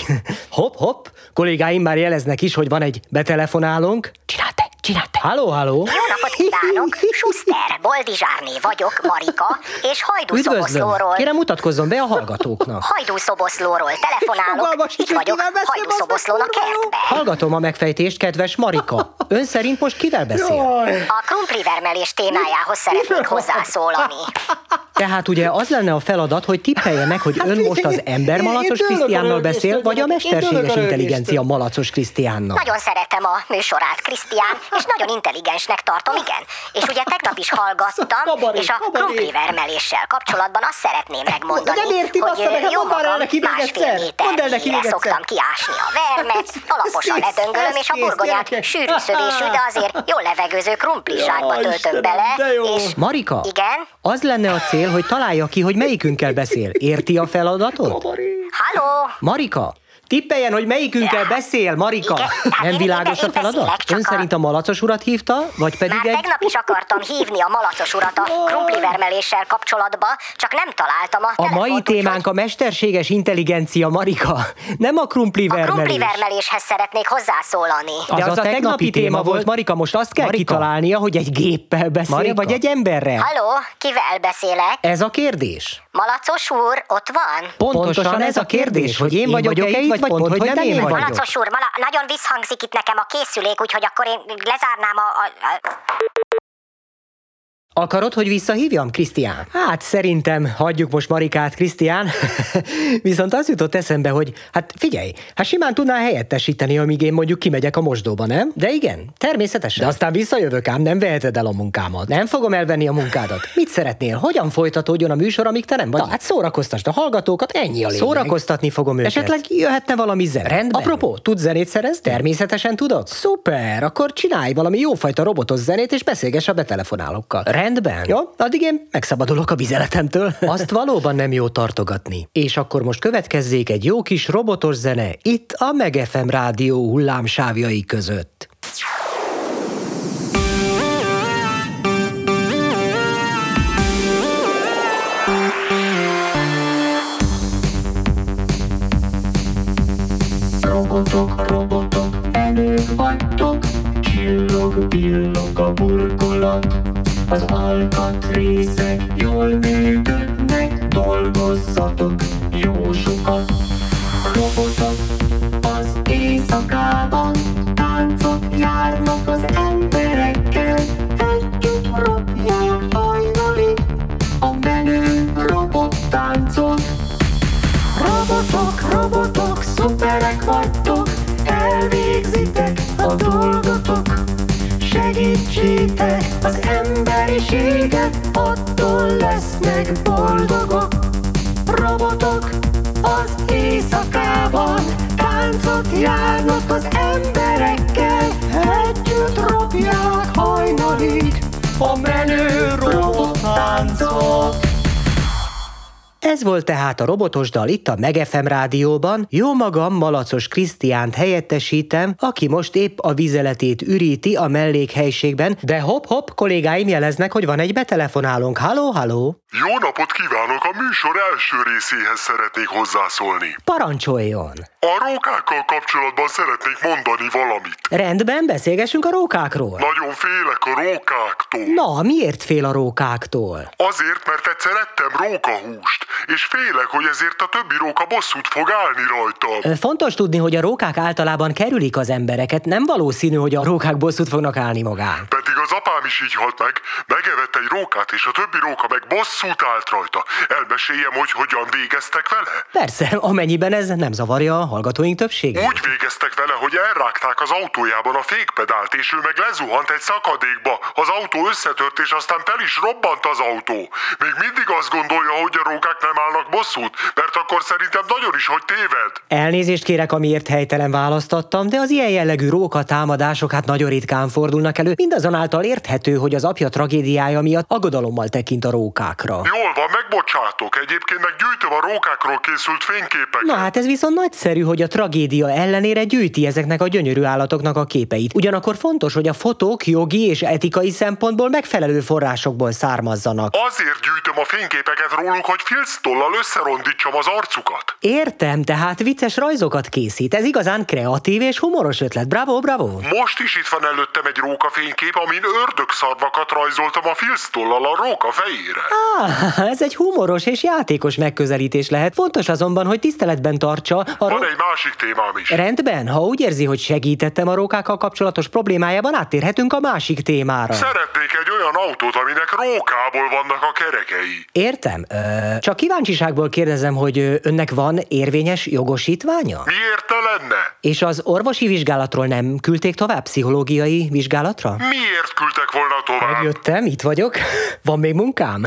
Speaker 1: hopp, hopp, kollégáim már jeleznek is, hogy van egy betelefonálónk. Csináld te, csináld te. Halló, halló.
Speaker 14: Jó napot kívánok! Schuster, Boldizsárné vagyok, Marika, és
Speaker 1: Üdvözlöm.
Speaker 14: Hajdúszoboszlóról.
Speaker 1: Kérem, mutatkozzon be a hallgatóknak.
Speaker 14: Hajdúszoboszlóról telefonálok,
Speaker 1: Fogalmas
Speaker 14: itt vagyok, Hajdúszoboszlón a kertben.
Speaker 1: Hallgatom a megfejtést, kedves Marika. Ön szerint most kivel beszél?
Speaker 14: A krumplivermelés témájához szeretnék hozzászólani.
Speaker 1: Tehát ugye az lenne a feladat, hogy tippelje meg, hogy ön most az ember malacos
Speaker 14: Hát Én tőlök a
Speaker 1: Krisztiánnal
Speaker 14: rögést
Speaker 1: beszél, vagy a
Speaker 14: vagyok, én tőlök a
Speaker 1: mesterséges
Speaker 14: rögést.
Speaker 1: intelligencia malacos Krisztiánnal.
Speaker 14: Nagyon szeretem a műsorát, Krisztián, és nagyon intelligensnek tartom, igen. És ugye tegnap is hallgattam,
Speaker 1: Kabaré,
Speaker 14: és a
Speaker 1: kabaré.
Speaker 14: krumplivermeléssel kapcsolatban azt szeretném megmondani,
Speaker 1: Nem érti,
Speaker 14: hogy
Speaker 1: bassza meg, hát
Speaker 14: jó
Speaker 1: mondd már el
Speaker 14: magam
Speaker 1: neki még
Speaker 14: másfél
Speaker 1: egyszer. Mondd el
Speaker 14: méter
Speaker 1: neki még
Speaker 14: mélyre
Speaker 1: egyszer.
Speaker 14: szoktam kiásni a vermet, alaposan
Speaker 1: kész,
Speaker 14: ledöngölöm,
Speaker 1: ez
Speaker 14: és a
Speaker 1: kész,
Speaker 14: burgonyát
Speaker 1: gyerekek.
Speaker 14: sűrű szövésű, de azért jól levegőző krumplizsákba
Speaker 1: Jaj,
Speaker 14: töltöm
Speaker 1: Istenem,
Speaker 14: bele,
Speaker 1: de jó.
Speaker 14: és...
Speaker 1: Marika,
Speaker 14: Igen?
Speaker 1: az lenne a cél, hogy találja ki, hogy melyikünkkel beszél. Érti a feladatot?
Speaker 14: Halló?
Speaker 1: Marika, tippeljen, hogy melyikünkkel beszél, Marika.
Speaker 14: Hát
Speaker 1: Nem világos a feladat? Ön szerint a malacos urat hívta, vagy pedig
Speaker 14: Már
Speaker 1: egy...
Speaker 14: tegnap is akartam hívni a malacos urat a krumplivermeléssel kapcsolatba, csak nem találtam a
Speaker 1: A mai témánk a mesterséges intelligencia, Marika. Nem a krumplivermelés.
Speaker 14: krumplivermeléshez szeretnék hozzászólani.
Speaker 1: De az, a tegnapi téma volt, Marika, most azt kell kitalálnia, hogy egy géppel beszél,
Speaker 14: Marika.
Speaker 1: vagy egy emberrel.
Speaker 14: Halló, kivel beszélek?
Speaker 1: Ez a kérdés.
Speaker 14: Malacos úr, ott van?
Speaker 1: Pontosan, ez a kérdés, hogy én vagyok-e itt, vagy pont, hogy nem én vagyok.
Speaker 14: Malacos úr, mala- nagyon visszhangzik itt nekem a készülék, úgyhogy akkor én lezárnám a... a, a...
Speaker 1: Akarod, hogy visszahívjam, Krisztián? Hát szerintem hagyjuk most Marikát, Krisztián. Viszont az jutott eszembe, hogy hát figyelj, hát simán tudná helyettesíteni, amíg én mondjuk kimegyek a mosdóba, nem? De igen, természetesen. De aztán visszajövök ám, nem veheted el a munkámat. Nem fogom elvenni a munkádat. Mit szeretnél? Hogyan folytatódjon a műsor, amíg te nem vagy? Na, hát szórakoztasd a hallgatókat, ennyi a lényeg. Szórakoztatni fogom őket. Esetleg jöhetne valami zene. Rendben. Apropó, tudsz zenét szerezni? Természetesen tudod. Szuper, akkor csinálj valami jófajta robotos zenét, és beszélgess a betelefonálókkal. Rendben. Jó, addig én megszabadulok a vizeletemtől. Azt valóban nem jó tartogatni. És akkor most következzék egy jó kis robotos zene itt a Megefem rádió hullámsávjai között.
Speaker 3: Robotok, robotok, előbb vagytok, csillog, villog a burkolat. Az alkatrészek jól működnek, dolgozzatok jó sokat. Robotok, az éjszakában táncot járnak az emberekkel, együtt ropják hajnali a menő robot táncot. Robotok, robotok, szuperek vagytok, elvégzitek a dolgotok. Segítsétek az emberiséget, attól lesznek boldogok. Robotok az éjszakában táncot járnak az emberekkel, együtt ropják hajnalig a menő robot táncot.
Speaker 1: Ez volt tehát a robotos dal itt a Megefem rádióban. Jó magam, Malacos Krisztiánt helyettesítem, aki most épp a vizeletét üríti a mellékhelységben, de hopp-hopp kollégáim jeleznek, hogy van egy betelefonálónk. Halló, halló!
Speaker 15: Jó napot kívánok! A műsor első részéhez szeretnék hozzászólni.
Speaker 1: Parancsoljon!
Speaker 15: A rókákkal kapcsolatban szeretnék mondani valamit.
Speaker 1: Rendben, beszélgessünk a rókákról.
Speaker 15: Nagyon félek a rókáktól.
Speaker 1: Na, miért fél a rókáktól?
Speaker 15: Azért, mert egyszer ettem rókahúst, és félek, hogy ezért a többi róka bosszút fog állni rajtam.
Speaker 1: Ö, Fontos tudni, hogy a rókák általában kerülik az embereket, nem valószínű, hogy a rókák bosszút fognak állni magán.
Speaker 15: Pedig az apám is így halt meg, megevett egy rókát, és a többi róka meg bosszút állt rajta. Elmeséljem, hogy hogyan végeztek vele?
Speaker 1: Persze, amennyiben ez nem zavarja a hallgatóink többségét.
Speaker 15: Úgy végeztek vele, hogy elrágták az autójában a fékpedált, és ő meg lezuhant egy szakadékba. Az autó összetört, és aztán fel is robbant az autó. Még mindig azt gondolja, hogy a rókák nem állnak bosszút, mert akkor szerintem nagyon is, hogy téved.
Speaker 1: Elnézést kérek, amiért helytelen választattam, de az ilyen jellegű róka támadások hát nagyon ritkán fordulnak elő, mindazonáltal érthető, hogy az apja tragédiája miatt aggodalommal tekint a rókákra.
Speaker 15: Jól van, megbocsátok. Egyébként meg gyűjtöm a rókákról készült fényképeket.
Speaker 1: Na hát ez viszont nagyszerű, hogy a tragédia ellenére gyűjti ezeknek a gyönyörű állatoknak a képeit. Ugyanakkor fontos, hogy a fotók jogi és etikai szempontból megfelelő forrásokból származzanak.
Speaker 15: Azért gyűjtöm a fényképeket róluk, hogy filctollal összerondítsam az arcukat.
Speaker 1: Értem, tehát vicces rajzokat készít. Ez igazán kreatív és humoros ötlet. Bravo, bravo!
Speaker 15: Most is itt van előttem egy róka fénykép, amin ördögszarvakat rajzoltam a filctollal a róka fejére.
Speaker 1: Ah, ez egy humoros és játékos megközelítés lehet. Fontos azonban, hogy tiszteletben tartsa a
Speaker 15: Van egy másik témám is.
Speaker 1: Rendben, ha úgy érzi, hogy segítettem a rókákkal kapcsolatos problémájában, áttérhetünk a másik témára.
Speaker 15: Szeretnék egy olyan autót, aminek rókából vannak a kerekei.
Speaker 1: Értem. Ö, csak kíváncsiságból kérdezem, hogy ö, önnek van érvényes jogosítványa?
Speaker 15: Miért ne lenne?
Speaker 1: És az orvosi vizsgálatról nem küldték tovább pszichológiai vizsgálatra?
Speaker 15: Miért küldtek volna tovább?
Speaker 1: Jöttem, itt vagyok. Van még munkám?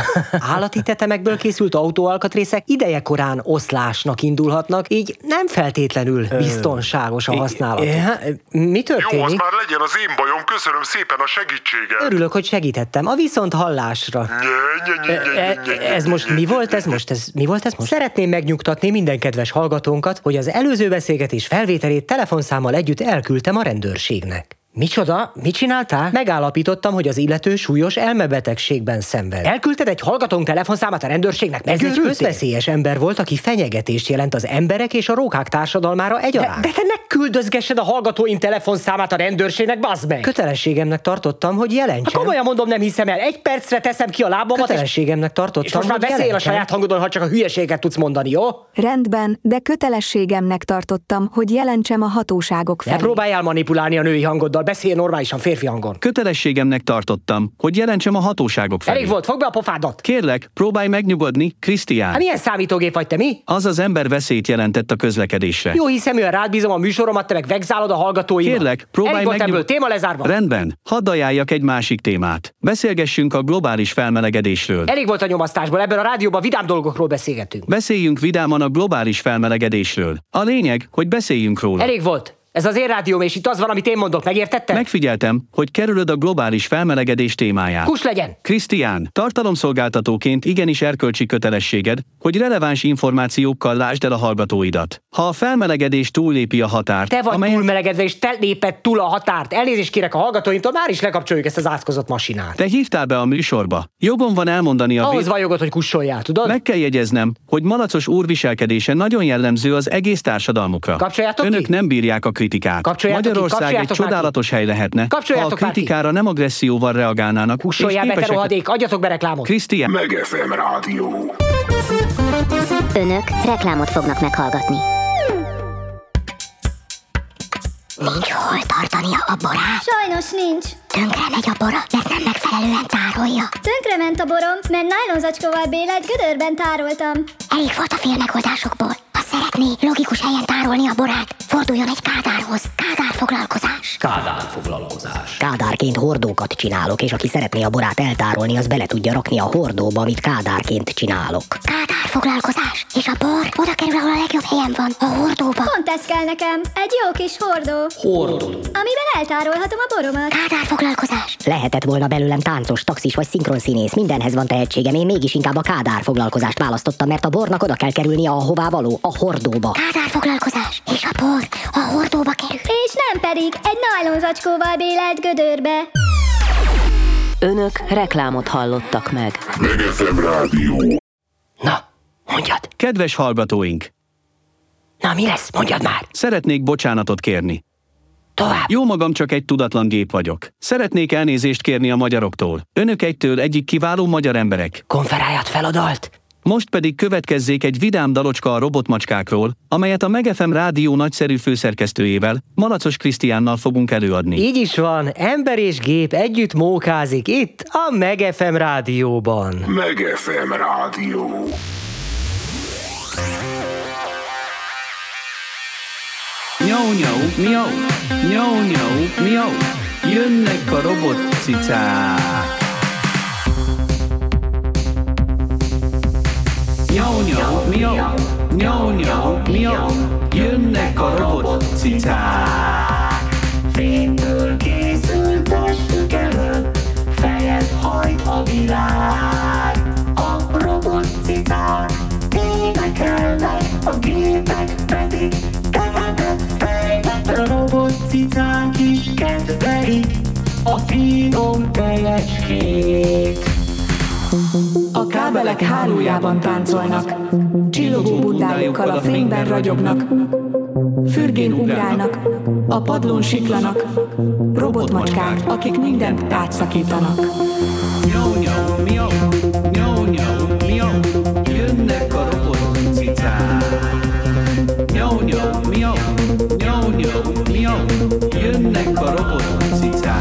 Speaker 1: Állati tetemekből készült autóalkatrészek idejekorán oszlásnak indulhatnak, így nem feltétlenül biztonságos a használat. hát, Mi
Speaker 15: Jó, az
Speaker 1: történik?
Speaker 15: már legyen az én bajom, köszönöm szépen a segítséget.
Speaker 1: Örülök, hogy segítettem. A viszont hallásra.
Speaker 15: Nye, nye, nye,
Speaker 1: e-
Speaker 15: nye, nye, nye.
Speaker 1: Ez most mi volt? Ez most, ez mi volt ez most? Szeretném megnyugtatni minden kedves hallgatónkat, hogy az előző beszélgetés felvételét telefonszámmal együtt elküldtem a rendőrségnek. Micsoda? Mit csináltál? Megállapítottam, hogy az illető súlyos elmebetegségben szenved. Elküldted egy hallgatónk telefonszámát a rendőrségnek? Ez egy közveszélyes ember volt, aki fenyegetést jelent az emberek és a rókák társadalmára egyaránt.
Speaker 12: De te ne küldözgessed a hallgatóim telefonszámát a rendőrségnek, bazd meg!
Speaker 1: Kötelességemnek tartottam, hogy jelentsem.
Speaker 12: Ha komolyan mondom, nem hiszem el. Egy percre teszem ki a lábamat, és,
Speaker 1: Kötelességemnek tartottam,
Speaker 12: és most már
Speaker 1: hogy
Speaker 12: beszél a
Speaker 1: jelentsem.
Speaker 12: saját hangodon, ha csak a hülyeséget tudsz mondani, jó?
Speaker 11: Rendben, de kötelességemnek tartottam, hogy jelentsem a hatóságok
Speaker 12: Ne
Speaker 11: felé.
Speaker 12: próbáljál manipulálni a női hangoddal, beszélj normálisan férfi hangon.
Speaker 2: Kötelességemnek tartottam, hogy jelentsem a hatóságok felé.
Speaker 12: Elég volt, fogd be a pofádat!
Speaker 2: Kérlek, próbálj megnyugodni, Krisztián.
Speaker 12: Hát milyen számítógép vagy te, mi?
Speaker 2: Az az ember veszélyt jelentett a közlekedésre.
Speaker 12: Jó hiszeműen rád bízom a műsoromat, te meg vegzálod a hallgatóimat.
Speaker 2: Kérlek, próbálj
Speaker 12: Elég volt
Speaker 2: megnyug-
Speaker 12: ebből, téma lezárva.
Speaker 2: Rendben, hadd ajánljak egy másik témát. Beszélgessünk a globális felmelegedésről.
Speaker 12: Elég volt a nyomasztásból, ebben a rádióban vidám dolgokról beszélgetünk.
Speaker 2: Beszéljünk vidáman a globális felmelegedésről. A lényeg, hogy beszéljünk róla.
Speaker 12: Elég volt. Ez az én rádióm, és itt az van, amit én mondok, megértette?
Speaker 2: Megfigyeltem, hogy kerülöd a globális felmelegedés témáját.
Speaker 12: Kus legyen!
Speaker 2: Krisztián, tartalomszolgáltatóként igenis erkölcsi kötelességed, hogy releváns információkkal lásd el a hallgatóidat. Ha a felmelegedés túllépi a határt,
Speaker 12: Te vagy
Speaker 2: amelyet-
Speaker 12: túlmelegedve, és te lépett túl a határt. Elnézést kérek a hallgatóimtól, már is lekapcsoljuk ezt az átkozott masinát.
Speaker 2: Te hívtál be a műsorba. Jogom van elmondani a
Speaker 12: Ahhoz
Speaker 2: vé-
Speaker 12: van jogod, hogy kussoljál, tudod?
Speaker 2: Meg kell jegyeznem, hogy malacos úr viselkedése nagyon jellemző az egész társadalmukra.
Speaker 12: Kapcsoljátok
Speaker 2: Önök
Speaker 12: ki?
Speaker 2: nem bírják a kritikát.
Speaker 12: Kapcsoljátok ki,
Speaker 2: Magyarország egy
Speaker 12: kapcsoljátok már ki.
Speaker 2: csodálatos hely lehetne, ha a
Speaker 12: Kapcsoljátok már ki.
Speaker 2: kritikára nem agresszióval reagálnának.
Speaker 12: Kussoljál, be, te
Speaker 2: képesek-
Speaker 12: rohadék, adjatok be reklámot.
Speaker 2: Krisztián,
Speaker 7: Meg FM Rádió.
Speaker 8: Önök reklámot fognak meghallgatni.
Speaker 4: Nincs hol tartania a borát.
Speaker 16: Sajnos nincs.
Speaker 4: Tönkre megy a bora, mert nem megfelelően tárolja.
Speaker 16: Tönkre ment a borom, mert nájlonzacskóval bélelt gödörben tároltam.
Speaker 4: Elég volt a félmegoldásokból. Ha szeretné logikus helyen tárolni a borát, forduljon egy kádárhoz. Kádár foglalkozás.
Speaker 12: Kádár foglalkozás.
Speaker 5: Kádárként hordókat csinálok, és aki szeretné a borát eltárolni, az bele tudja rakni a hordóba, amit kádárként csinálok.
Speaker 4: Kádár foglalkozás. És a bor oda kerül, ahol a legjobb helyen van, a hordóba.
Speaker 16: Pont ez kell nekem. Egy jó kis hordó.
Speaker 12: Hordó.
Speaker 16: Amiben eltárolhatom a boromat.
Speaker 4: Kádár foglalkozás.
Speaker 5: Lehetett volna belőlem táncos, taxis vagy szinkronszínész, mindenhez van tehetségem, én mégis inkább a kádár foglalkozást választottam, mert a bornak oda kell kerülnie ahová való, a hordóba.
Speaker 4: Kádár foglalkozás. És a bor a hordóba kerül.
Speaker 16: És nem pedig egy nájlonzacskóval bélelt gödörbe.
Speaker 9: Önök reklámot hallottak meg.
Speaker 15: Meg FM Rádió.
Speaker 12: Na, mondjad.
Speaker 2: kedves hallgatóink,
Speaker 12: Na, mi lesz? Mondjad már.
Speaker 2: szeretnék bocsánatot kérni.
Speaker 12: Tovább.
Speaker 2: Jó magam csak egy tudatlan gép vagyok. Szeretnék elnézést kérni a magyaroktól. Önök egytől egyik kiváló magyar emberek.
Speaker 12: Konferáját feladalt?
Speaker 2: Most pedig következzék egy vidám dalocska a robotmacskákról, amelyet a Megefem rádió nagyszerű főszerkesztőjével, Malacos Krisztiánnal fogunk előadni.
Speaker 1: Így is van, ember és gép együtt mókázik itt a Megefem rádióban.
Speaker 7: Megefem rádió.
Speaker 2: Nyau, nyau, miau, nyau, nyau, miau, jönnek a robot cicák. Nyau, nyau, miau, nyau, nyau, miau, jönnek a robot cicák. Fénytől készült testük előtt, fejet hajt a világ. A robot cicák énekelnek, a gépek pedig kevetet fejnek. A robot cicák is kedvelik a finom tejecskék.
Speaker 11: A kábelek hálójában táncolnak, csillogó bundájukkal a fényben ragyognak, fürgén ugrálnak, a padlón siklanak, robotmacskák, akik mindent átszakítanak.
Speaker 2: Miau, miau, miau, miau, miau, miau, jönnek a robot cicák. Miau, miau, miau, miau, miau, miau, jönnek a robot cicák.